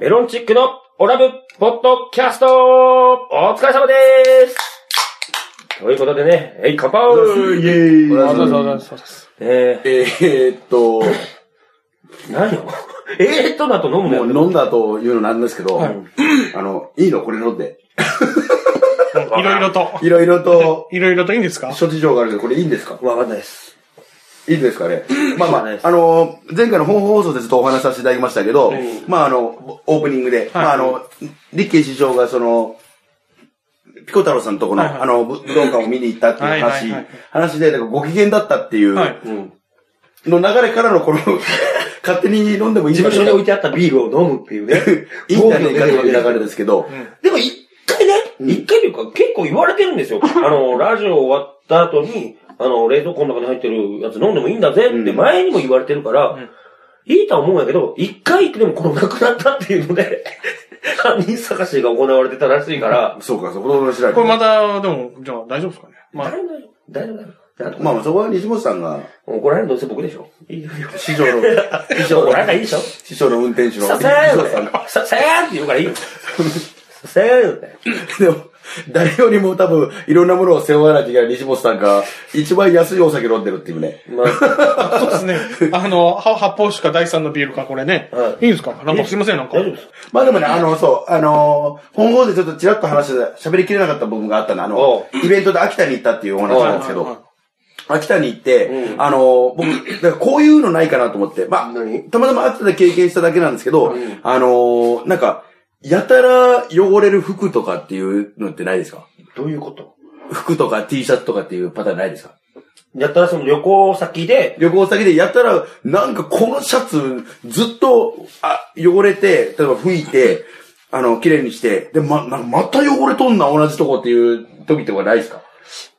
メロンチックのオラブポッドキャストお疲れ様ですということでね、えい、乾杯イェーイ。あ、そうそうそうそうです。ええーっと、ー、何よ えーっとだと飲むものよ。う飲んだというのなんですけど、はいあの、いいのこれ飲んで。いろいろと。いろいろと、いろいろといいんですか諸事情があるけど、これいいんですかわかんないです。いいんですかねまあまそうであ、すあの、前回の本放送でちょっとお話しさせていただきましたけど、まああの、オープニングで、まああの、立憲市長がその、ピコ太郎さんのとこの、はいはいあの、ぶ武道館を見に行ったっていう話、はいはいはい話で、なんかご機嫌だったっていう、はい。うん。の流れからのこの、 勝手に飲んでもいいん事じ務所ゃないか。に置いてあったビールを飲むっていうね いいんじゃないかという流れですけど、でも一回ね、一回というか結構言われてるん ですよ。あの、ラジオ終わった後に、あの、冷蔵庫の中に入ってるやつ飲んでもいいんだぜって前にも言われてるから、いいとは思うんやけど、一回でもこのなくなったっていうので、 犯人探しが行われてたらしいから、そうか、そこの知らこれまた、でも、じゃあ大丈夫ですかね。ま大あ、丈夫だよ。大丈夫だよ。なんとかまあまあ、そこは西本さんが、怒られるのどうせ僕でしょ。いいよいいよ。師匠の、 師匠怒られないの、でしょ。師匠の運転手の、さ西せー本さんんが。 させーんって言うからいいよ。させーんって。でも、誰よりも多分、いろんなものを背負わなきゃいけない西本さんが、一番安いお酒飲んでるっていうね。まあ、そうですね。あの、は発泡酒か第三のビールか、これね。はいいいんですかなんかすいません、なんか。大丈夫です。まあでもね、あの、そう、あのー本放でちょっとちらっと話して、喋りきれなかった部分があったの、あおの、イベントで秋田に行ったっていうお話なんですけはいはいど、秋田に行って、うんあのー僕、だからこういうのないかなと思って、まあ、何たまたま秋田で経験しただけなんですけど、うんあのーなんか、やたら汚れる服とかっていうのってないですかどういうこと服とか T シャツとかっていうパターンないですかやったらその旅行先で、旅行先でやったら、なんかこのシャツずっとあ汚れて、例えば拭いて、あの、綺麗にして、で、ま、なんかまた汚れとんな、同じとこっていう時とかないですか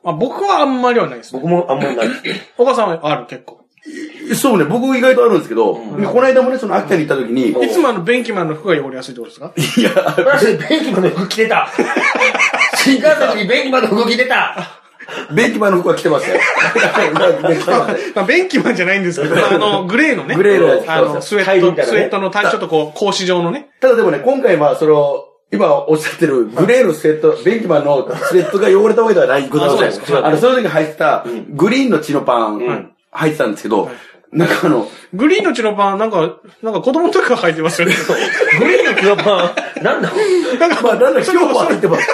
まあ、僕はあんまりはないですね。僕もあんまりない。岡さんはある、結構。そうね、僕意外とあるんですけど、でこの間もね、その秋田に行った時に、んいつもあの、ベンキマンの服が汚れやすいってことですかいや、私、ベンキマンの服着てた。新幹線にベンキマンの服着てた。ベンキマンの服は着て ましたよ。ベンキマンの服まあ、ベンキマンじゃないんですけど、まああの、グレーのね。グレーのやつあの、スそうそうウェタイみッたいト、なスねウェットの、たちょっとこう、格子状のね。ただでもね、今回は、その、今おっしゃってるグレーのスウェット、ベンキマンのスウェットが汚れたわけではない、ございまあそうですせん。かあの、その時入ってた、グリーンの血のパン、入ってたんですけど、なんかあの、グリーンのチノパン、なんか、なんか子供の時から履いてますよね。グリーンの黒パン、なんだまあ、なんだ、今日は入ってます。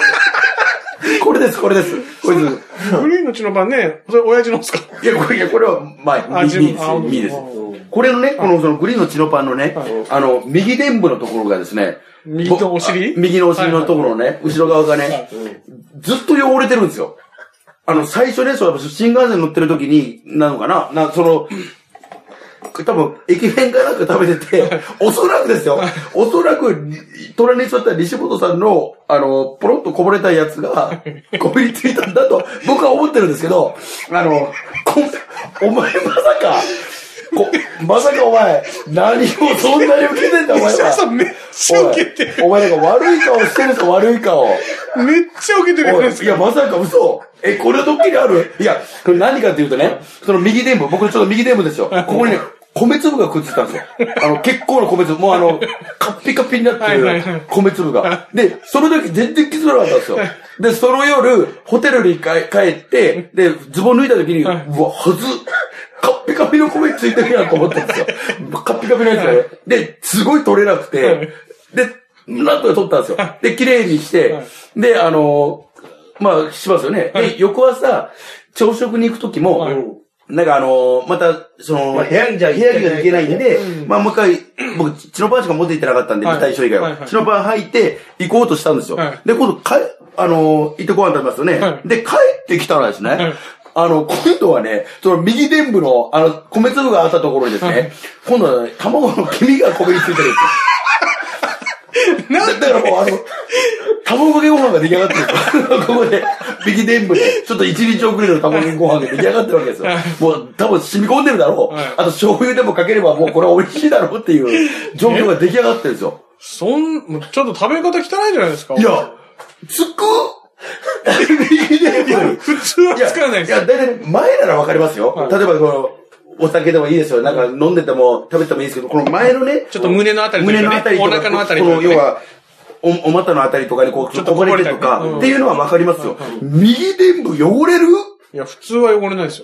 これです、これです。これです。グリーンのチノパンね、それ親父のですかいや、これ、いやこれは、まあ、ミあ自分ミですあよ。ミですう。これのね、この、その、グリーンのチノパンのね、あの、右伝部のところがですね、右のお尻ぼあ右のお尻のところのね、後ろ側がね、ずっと汚れてるんですよ。あの、最初ね、そう、やっぱ新幹線乗ってる時に、なのかな、な、その、多分、駅弁かなんか食べてて、おそらくですよ、おそらく、に隣に座った西本さんの、あの、ポロッとこぼれたやつが、こびりついたんだと、僕は思ってるんですけど、あの、こお前まさか、こまさかお前、何をそんなに受けてんだ、お 前石原さんは。めっちゃ受けてる。おいお前なんか悪い顔してるぞ、悪い顔。めっちゃ受けてるやつおでいすいや、まさか嘘え、これはドッキリあるいや、これ何かっていうとね、その右伝部、僕ちょっと右伝部ですよ。ここにね、米粒がくっついたんですよ。あの、結構の米粒、もうあの、カッピカピになってはいるはいはい米粒 が。で、その時全然気づかなかったんですよ。で、その夜、ホテルに帰帰って、で、ズボン脱いだ時に、うわ、はず、カッピカピの米ついてるやんと思ったんですよ。カッピカピのやつがね。で、すごい取れなくはいて、で、なんとか取ったんですよ。で、綺麗にして、はいで、あのーまあ、しますよね。で、翌朝、朝食に行くときも、はいなんかあのーまた、その、まあ部屋にじゃ部屋にはいけないんで、んまあもう一回、僕、チノパンしか持って行ってなかったんで、はい舞台衣装以外はいはは。いチノパン履いて、行こうとしたんですよ。はいで、今度、かえ、あのー行ってご飯食べますよね。はいで、帰ってきたらですね、いあの、今度はね、その右伝部の、あの、米粒があったところにですね、はい今度は、ね、卵の黄身がこびりついてるんですよ。 なんだからもうあの、卵かけご飯が出来上がってるんですよ。こ こで、ビキ伝部で、ちょっと一日遅れの卵かけご飯が出来上がってるわけですよ。もう多分染み込んでるだろう。はいあと醤油でもかければもうこれは美味しいだろうっていう状況が出来上がってるんですよ。そん、もうちょっと食べ方汚いじゃないですか。いや、つくビキ伝部普通はや使わないでいや、す。だいたい前ならわかりますよ。例えばこの、お酒でもいいですよ。なんか飲んでても食べてもいいですけど、この前のね、ちょっと胸のあたりという胸のあたかねりとか、お腹のあたりとこいのうかね要は、お、お股のあたりとかにこう、ちょっとこぼれたりとか、ねうんっていうのはわかりますよ。右臀部汚れるいや、普通は汚れないです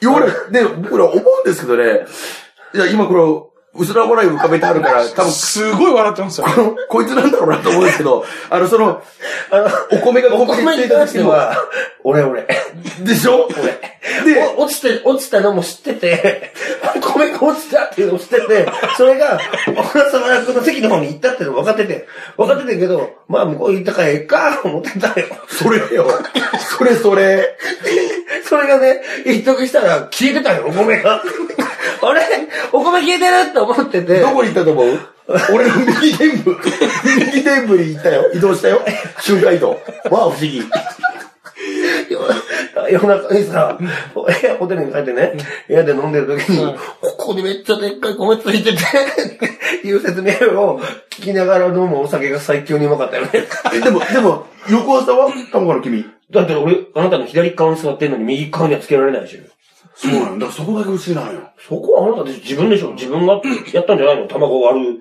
よ。汚れる。で、僕ら思うんですけどね、いや、今この、薄ら笑い浮かべてあるから、多分、すごい笑ってますよ。この こいつなんだろうなと思うんですけ ど、あの、その、あの、お米がおここ米に関しては、俺俺。でしょで、お落ちて、落ちたのも知ってて、お米が落ちたっていうのも知ってて、それが、小笠原君の席の方に行ったっていうのも分かってて、分かっててんけど、まあ向こう行ったからええか、思ってたよ。それよ。それそれ。それがね、一時したら消えてたよ、お米が。あれお米消えてるって思ってて。どこに行ったと思う 俺の右天部。右天部に行ったよ。移動したよ。瞬間移動。わあ、不思議。夜 夜中にさ、部屋ホテルに帰ってね、部屋で飲んでる時に、ここにめっちゃでっかい米ついてて、っていう説明を聞きながら飲むお酒が最強にうまかったよね。え、でも、でも、横朝は卵の君。だって俺、あなたの左側に座ってんのに右側にはつけられないでしょ。そうなんだ。だからそこだけ不思議なのよ。そこはあなたで自分でしょ自分がやったんじゃないの卵割る。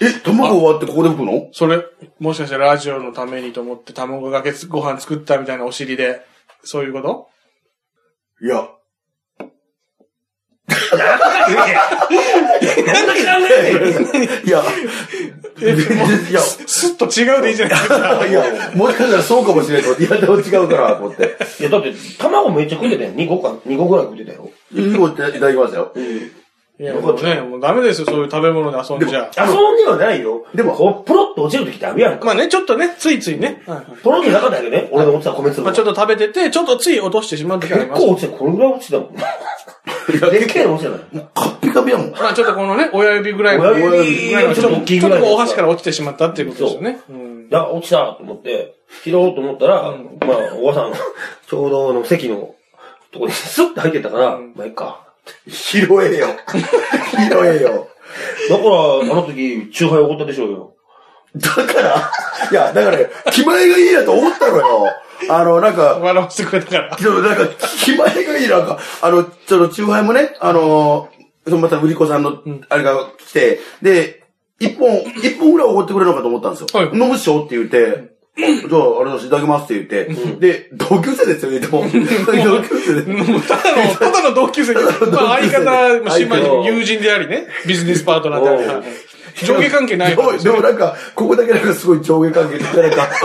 え、卵割ってここで吹くのそれ、もしかしてラジオのためにと思って卵かけご飯作ったみたいなお尻で、そういうこといや。なんだけなんだよいや。え、もいやう、すっと違うでいいじゃないですか。いや、もしかしたらそうかもしれないと思って、いや、でも違うから、と思って。 いや、だって卵めっちゃ食ってたよ。2個か、2個ぐらい食ってたよ。 2個いただきましたよ。いや、もうね、 もうダメですよ、そういう食べ物で遊んじゃ。遊んではないよ。でもこう、ポロッと落ちる時ってあるやんか。まあね、ちょっとね、ついついね。はいはいポロッとなかったけどね、俺の落ちた米粒。まあちょっと食べてて、ちょっとつい落としてしまう時あり結ます構。落ちてた。これぐらい落ちてたもん。でっけえの落ちてたよ。カッピカピやもん。 まあちょっとこのね、親指ぐらいの、親指ぐらいのちちょっょっとと大きいちぐょっらいとのこうお箸から落ちてしまったっていうことですよね。うんいや、落ちたと思って、拾おうと思ったら、まあ、おばさんの、 ちょうどあの席のとこにスッて入ってったから、まあ、いっか。拾えよ。拾えよ。だから、あの時、チューハイおごったでしょうよ。だから、いや、だからね、気前がいいなと思ったのよ。あの、なんか、笑わせてくれたから。でもなんか、気前がいいな、なんか、あの、その、チューハイもね、あの、そのまた、売り子さんの、あれが来て、で、一本、一本ぐらいおごってくれるのかと思ったんですよ。はい飲むっしょって言って、じゃあ、あれだし、いただきますって言って、で、同級生ですよね、でも。同級生で。もうただの、ただの同級生。まあ相方、まあ姉相手妹、を友人でありね、ビジネスパートナーであおりうはいはい。上下関係ないでも、でもなんか、ここだけなんかすごい上下関係で、なんか、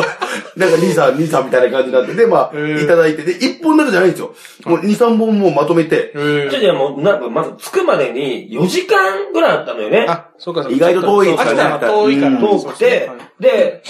なんか兄さん、兄さんみたいな感じになって、で、まあ、へーいただいて、で、一本だけじゃないんですよ。もう二、三本もうまとめて、えちょえっともう、なんか、まず着くまでに4時間ぐらいあったのよね。あ、そうかそうか。意外と遠いです秋ね田は遠いから。遠くて、で、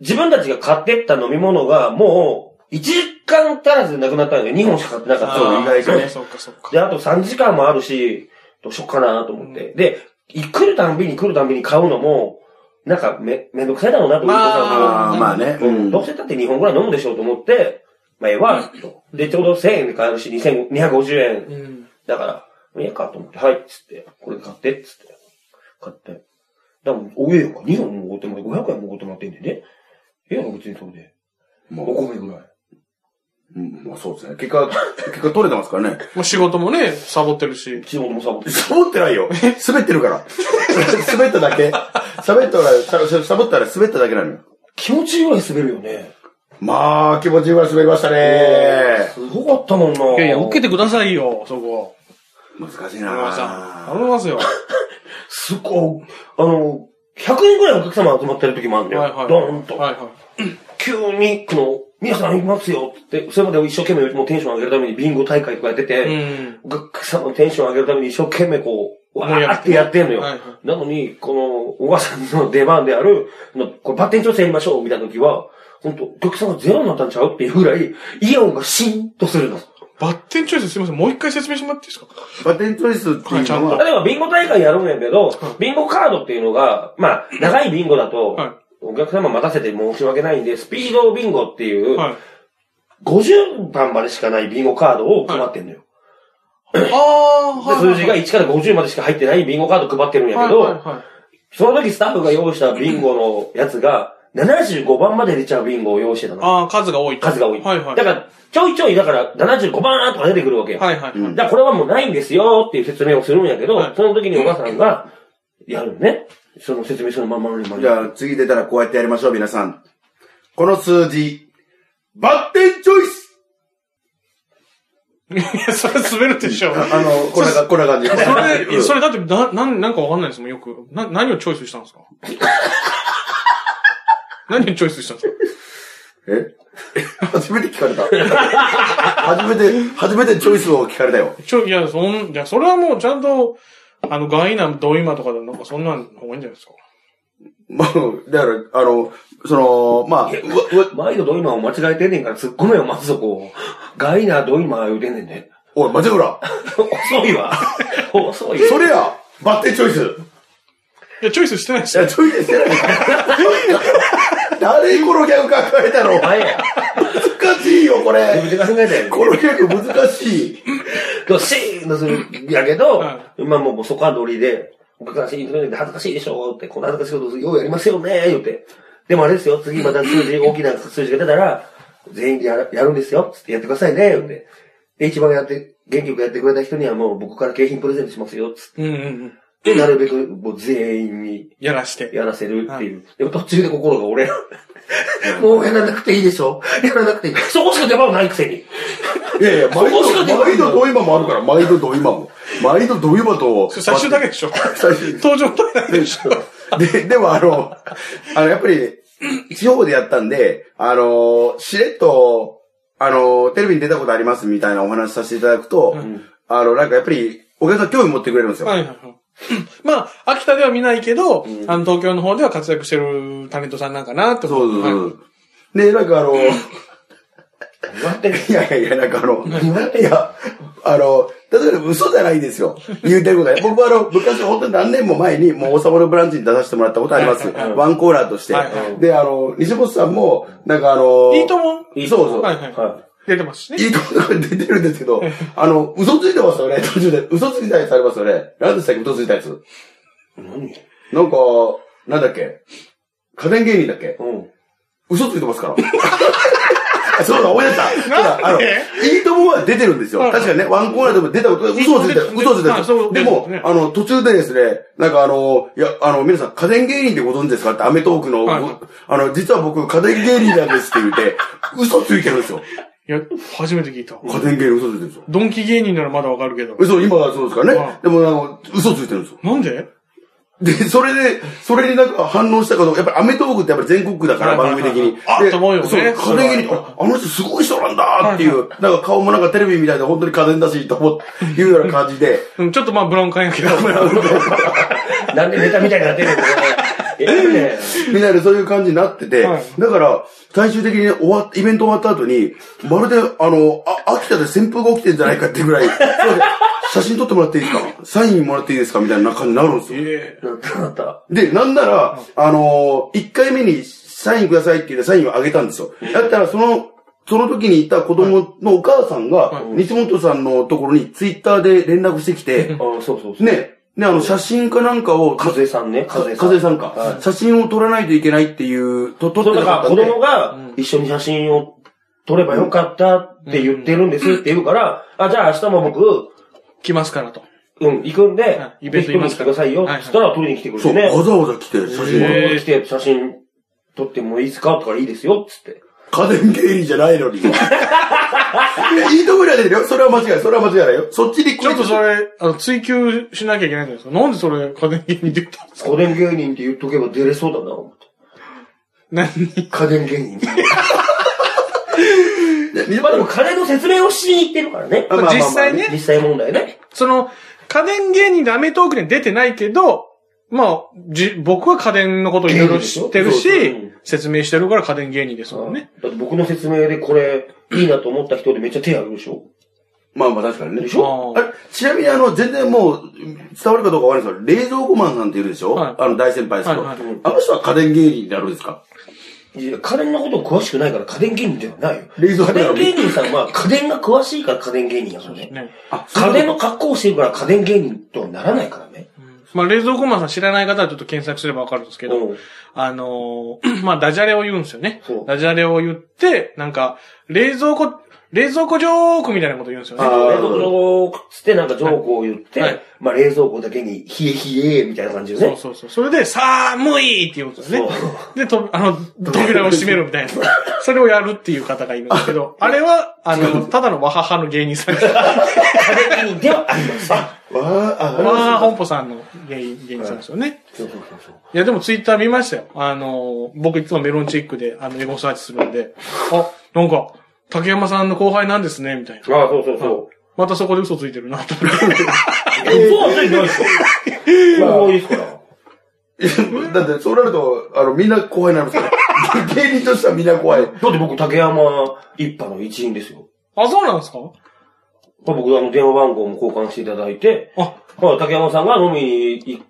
自分たちが買ってった飲み物が、もう、1時間足らずでなくなったんで、2本しか買ってなかったそうの意外とねそうかそうか。で、あと3時間もあるし、どうしよっかなと思って。で、来るたんびに来るたんびに買うのも、なんかめ、めんどくさいだろうなと思ってまさ、ああ、まあね、ううんん。どうせだって2本ぐらい飲むでしょうと思って、まあ、ええわ、と。で、ちょうど1000円で買えるし、2250う円。ん。だから、ええかと思って、はい、つって、これ買って、つって。買って。だから、おええか、2本もおごってもらって、500円もおごってもらっていいんでね。ええやろ、別にそれで。まあお米ぐらい。うんまあそうですね。結果、結果取れてますからね。もう仕事もね、サボってるし。仕事もサボって。サボってないよ。滑ってるから。 滑っただけ。滑ったら、ササボったら滑っただけなのよ。気持ちいいぐらい滑るよね。まあ、気持ちいいぐらい滑りましたね。すごかったもんな。いやいや、受けてくださいよ、そこ。難しい山田さん。な頼みますよ。すごい、あの、100人ぐらいお客様集まってる時もあるんだよ。はいはいドーンと。はいは急に、この、皆さんいますよって、それまで一生懸命もうテンション上げるためにビンゴ大会とかやってい。うて、ん。お客様のテンション上げるために一生懸命こう、わ盛り上げてーってやってんのよ。はいはいなのに、この、おばさんの出番である、のこれバッテン調整やりましょうみたいな時は、本当お客さんがゼロになったんちゃうっていうぐらい、イオンがシーンとするの。バッテンチョイスすいません。もう一回説明してもらっていいですかバテントリスっていうのは、例えばビンゴ大会やるんやけど、ビンゴカードっていうのが、まあ、長いビンゴだと、はいお客様待たせて申し訳ないんで、スピードビンゴっていう、はい。 50番までしかないビンゴカードを配ってんのよ。ああ、で数字が1から50までしか入ってないビンゴカード配ってるんやけど、はいはいはいその時スタッフが用意したビンゴのやつが、 75番まで出ちゃうビンゴを用意してたの。ああ、数が多いと。数が多い。はいはい。だから、ちょいちょい、だから、75番とか出てくるわけよ。はいはい。うんだからこれはもうないんですよっていう説明をするんやけど、はいその時にお母さんが、やるのね。その説明そのまんまのまじゃあ、次出たらこうやってやりましょう、皆さん。この数字、バッテンチョイスいや、それ滑るでしょ。ああの、こんなか、こんな感じ。それ、それ、れだって、な、なん、なんかわかんないですもん、よく。な、何をチョイスしたんで すか何をチョイスしたんですかえ初めて聞かれた。 初めて、初めてチョイスを聞かれたよ。ちょ、いや、そん、いや、それはもうちゃんと、あの、ガイナ、ドイマとかで、なんかそんなんの方がいいんじゃないですか。まあ、だから、あの、その、まあ、うわうわ毎度ドイマーを間違えてんねんから突っ込めよ、まずそこ。ガイナードイマー言うてんねんで。 おい、待てくら。遅いわ。 遅いそれや、バッテンチョイス。いいや、チョイスしてないし。や、チョイスしてない。 誰このギャグ考えたのお前や。難しいよ、こ自分れ。で考えたやん。このギャグ難しい。ドシーンとするんやけどは、今もうもうそこはノリで、お母さんシーンとするんで恥ずかしいでしょって、この恥ずかしいことようやりますよね言うて。でもあれですよ、次また数 字、大きな数字が出たら、全員でやるやるんですよ、つってやってくださいね言うて。で、一番やって、元気よくやってくれた人にはもう僕から景品プレゼントしますよ、つっうんうんうん。て、なるべくもう全員にやらして。やらせるっていう。でも途中で心が折れる。もうやらなくていいでしょやらなくていい。そこしか出番ないくせ に。いやいや、毎こしか出度、ない毎んだ度ドイマもあるから、毎度ドイマも。毎度ドイマと。それ最終だけでしょ最終登場だけでしょで、でもあの、あの、やっぱり、地方でやったんで、あの、しれっと、あの、テレビに出たことありますみたいなお話しさせていただくと、あの、なんかやっぱり、お客さん興味持ってくれるんですよ。はいはいはい。まあ、秋田では見ないけど、あの、東京の方では活躍してるタレントさんなんかなってそうう。そうはいそう。で、なんかあの、い何やってんのやいやいや、なんかあの、言われいや、あの、確かに嘘じゃないんですよ。言うてることは。僕はあの、昔本当に何年も前に、もう王様のブランチに出させてもらったことあります。はいははいいワンコーナーとして。はいはいで、あの、西本さんも、なんかあの、いいともそうそう。はいはい。は出てますしね。いいところが出てるんですけ ど、あの、嘘ついてますよね、途中で。嘘ついたやつありますよね。何でしたっけ、嘘ついたやつ。い。何なんか、なんだっけ。家電芸人だっけうん。嘘ついてますから。あ そうだ、思い出した。そうだあなんの、いでいともは出てるんですよ。はい確かにね、ワンコーナーでも出たことが嘘をついていいとも出て嘘をついはたいそうで出もてますね、あの、途中でですね、なんかあの、いや、あの、皆さん、家電芸人でご存知ですかって、アメトークの、はいはいあの、実は僕、家電芸人なんですって言って、嘘ついてるんですよ。いや、初めて聞いた。家電芸人嘘ついてるんですよ。ドンキ芸人ならまだわかるけど。嘘、今はそうですからね。うんでも、あの、嘘ついてるんですよ。なんでで、それで、それになんか反応したかどうか、やっぱりアメトークってやっぱり全国区だから、はいは番い組的はいに。あでと思うよねそう、家それは電芸人、ああの人すごい人なんだっていう、なんか顔もなんかテレビみたいで本当に家電だし、と思って、いうような感じで、うんちょっとまあ、ブラウン管や けど。なんでネタみたいになってるのこれ。ええねみたいなそういう感じになってて、はいだから、最終的に終わっイベント終わった後に、まるで、あの、あ、秋田で旋風が起きてんじゃないかってぐらい、すい ません写真撮ってもらっていいですかサインもらっていいですかみたいな感じになるんですよ。ええなったなった。で、なんなら、あのー、1回目にサインくださいって言ってサインをあげたんですよ。だったら、その、その時にいた子供のお母さんが、西本さんのところにツイッターで連絡してきて、あそうそうそう。。ね、ね、あの、写真かなんかを、和江さんね。か和江さん。かずえさんはか。い。写真を撮らないといけないっていう、と、撮っそてうなだかからった子んで。供が一緒に写真を撮ればよかったって言ってるんですって言うから、あ、じゃあ明日も僕、来ますからと。うん、行くんでは、いイベント行きますぜひか撮らりに来てくださいよ。はいはいそしたら撮りに来てくれそてう、ね。わざわざ来て、写真へを。え来て写真撮ってもいいですかとかいいですよっつって。家電芸人じゃないのに。いやいいところには出てるよ。それは間違いない。それは間違いないよ。そっちにちょっとそれ、あの、追求しなきゃいけないじゃないですか。なんでそれ、家電芸人で言ったんですか家電芸人って言っとけば出れそうだな、思って。 何家電芸人。ね西まあで本も家電の説明をしに行ってるからね。あまあまあまあ実際ね実際問題ね。その、家電芸人でアメトークには出てないけど、まあ、じ、僕は家電のこといろいろ知ってる芸人でしょそうしそう、説明してるから家電芸人ですもんね。だって僕の説明でこれ、いいなと思った人でめっちゃ手挙げるでしょまあまあ確かにねで。しょあれちなみにあの、全然もう、伝わるかどうかわかんないですけど、冷蔵庫マンさんっているでしょ、はいあの、大先輩ですけど、はいはいあの人は家電芸人になるんですかいや家電のこと詳しくないから家電芸人ではないよ。冷蔵庫家電芸人さん は家電が詳しいから家電芸人やからね。ね。あ家電の格好をしてるから家電芸人とはならないからね。まあ、冷蔵庫マンさん知らない方はちょっと検索すればわかるんですけど、うんあのー まあ、ダジャレを言うんですよねそう。ダジャレを言って、なんか、冷蔵庫、冷蔵庫ジョークみたいなこと言うんですよね。あー冷蔵庫のつってなんかジョークを言って、はいまあ冷蔵庫だけに冷え冷えみたいな感じでそうね。そうそう。それで、寒いって言うんですよね。で、と、あの、扉を閉めるみたいな。それをやるっていう方がいるんですけど、あれは、あの、ただのわははの芸人さんです。壁にではありません。わあ、あまあ、本舗さんの芸人芸人さんですよね。そうそうそうそう。いや、でもツイッター見ましたよ。あの、僕いつもメロンチックで、あの、エゴサーチするんで、あ、なんか、竹山さんの後輩なんですね、みたいな。ああ、そうそうそう。またそこで嘘ついてるな、と思って。嘘はついてないですよ。 そうですから。だって、そうなると、あの、みんな怖いなんですよ。芸人としてはみんな怖い。だって僕、竹山一派の一員ですよ。あ、そうなんですかまあ僕、あの、電話番号も交換していただいて、あ、まあ、竹山さんが飲みにい、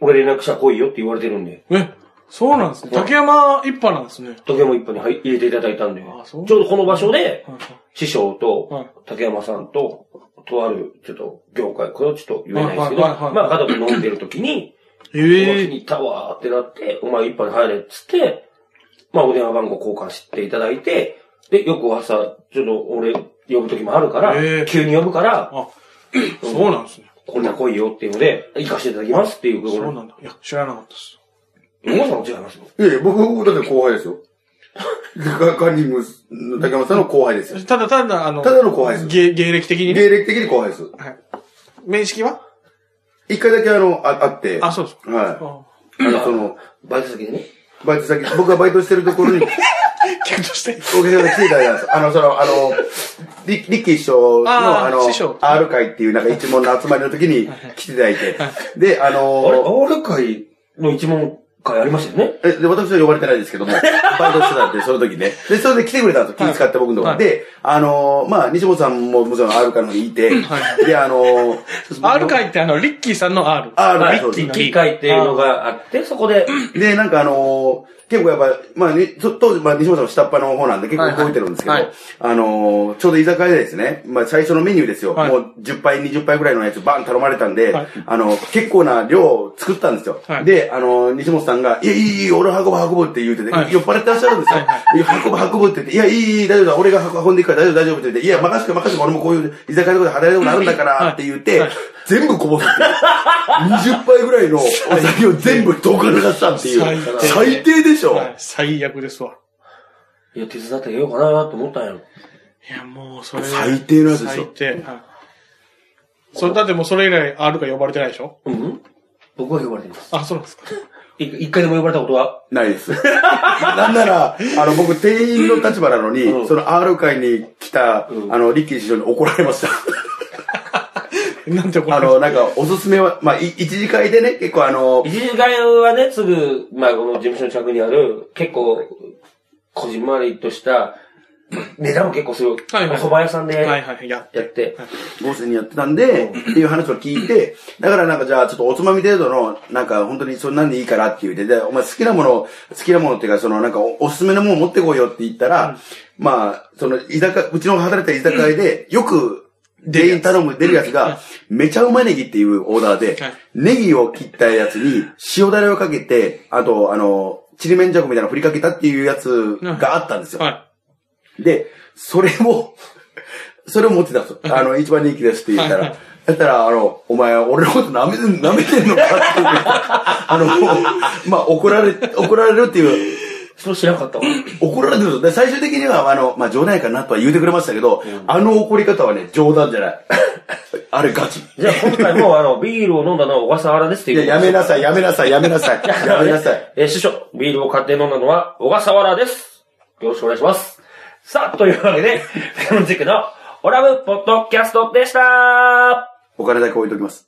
俺連絡したら来いよって言われてるんで、え、そうなんですね。竹山一派なんですね。竹山一派に入入れていただいたんで、あちそょううどこの場所で、はい師匠はとい、竹山さんと、とある、ちょっと、業界、これはちょっと言えないですけど、はいはいはいはいまあ、家族飲んでる時に、え気えに入ったわーってなって、お前一杯入れっつって、まあお電話番号交換していただいて、で、よく朝、ちょっと俺呼ぶ時もあるから、へー急に呼ぶから、あ、そうなんですね。こんな来いよっていうので、行かせていただきますっていうことそうなんだ。いや、知らなかったです。皆さんも違いますよ。いやいや、僕、僕だって後輩ですよ。カンニングスの竹山さんの後輩ですよ。ただただ、あの、ただの後輩です芸芸歴的にね。芸歴的に後輩です。はい。面識は一回だけあの、ああって。あ、そうですか。はあい。あの、その、バイト先でね。バイト先、僕がバイトしてるところに、キャンとして。お客さんが来ていただいたんです。あの、その、あの、リリッキー師匠の、あーあの師匠、 R 会っていうなんか一門の集まりの時に来ていただいて。で、ああれ、の、オール会の一問会ありましたよね。え、で、私は呼ばれてないですけども、バイトしてたんで、その時ね。で、それで来てくれたんですよ、気遣って僕のとこはいで、あのー、まあ、西本さんももちろん R 会の方にいて、で、あのー、 R 会ってあの、リッキーさんの R。 R は会い、そう機で機会っていうのがあって、そこで、す。で、なんかあのー、結構やっぱ、まあ、にそ当時、まあ、西本さんも下っ端の方なんで結構動いてるんですけど、はいはいあのー、ちょうど居酒屋でですね、まあ、最初のメニューですよ、はいもう10杯、20杯ぐらいのやつバン頼まれたんで、はいあのー、結構な量を作ったんですよ。はいで、あのー、西本さんが、いや、いい、いい、俺運ぶ、運ぶって言うてて、はい酔っ払ってらっしゃるんですよ。はいはいいや、運ぶ、運ぶって言って、いや、いい、いい、大丈夫だ、俺が運んでいくから大丈夫、大丈夫って言って、いや、任せて、任せて、俺もこういう居酒屋とかで働いたことあるんだかはら、いって言って、はい全部こぼすっていう。20杯ぐらいのお酒を全部どか流したっていう。最低最低でしょ、はい最悪ですわ。いや、手伝ってあげようかなと思ったんやろ。いや、もう、それ。最低なんですよ最低。はい。それ、だってもうそれ以来 R が呼ばれてないでしょうん僕は呼ばれてます。あ、そうなんですか。 い一回でも呼ばれたことはないです。なんなら、あの、僕、店員の立場なのに、うんその R 会に来た、うんあの、リッキー師匠に怒られました。なんて怒らあれるの、なんか、おすすめは、まあ、い一次会でね、結構あの、一時会はね、すぐ、まあ、この事務所の近くにある、結構、こじんまりとした、値段も結構する、おはいはい蕎麦屋さんではいやはい、やっ。ってて、ゴースにやってたんで、っていう話を聞いて、だからなんかじゃあちょっとおつまみ程度の、なんか本当にそんなんでいいからって言うて、で、お前好きなもの、好きなものっていうか、そのなんかおおすすめのもの持ってこいよって言ったら、まあ、その居酒屋、うちの働いた居酒屋で、よく、全員頼む、出るやつが、めちゃうまネギっていうオーダーではい、ネギを切ったやつに塩だれをかけて、あと、あの、ちりめんじゃこみたいなの振りかけたっていうやつがあったんですよ。はで、それを、それを持ってたんですよ。あの、一番人気ですって言ったはいらはい。だったら、あの、お前、俺のこと舐めて、舐めてんのかっていう。あの、まあ、怒られ、怒られるっていう、それ知らなかったわ。怒られてるんですよ。で最終的には、あの、まあ、冗談やかなとは言うてくれましたけど、あの怒り方はね、冗談じゃない。 あれガチ。じゃあ、今回も、あの、ビールを飲んだのは小笠原ですっていいう。や、やめなさい。い、やめなさい、やめなさい、やめなさ い。えー師匠、ビールを買って飲んだのは小笠原です。よろしくお願いします。さあ、というわけで、レモンチックのオラブポッドキャストでしたお金だけ置いときます。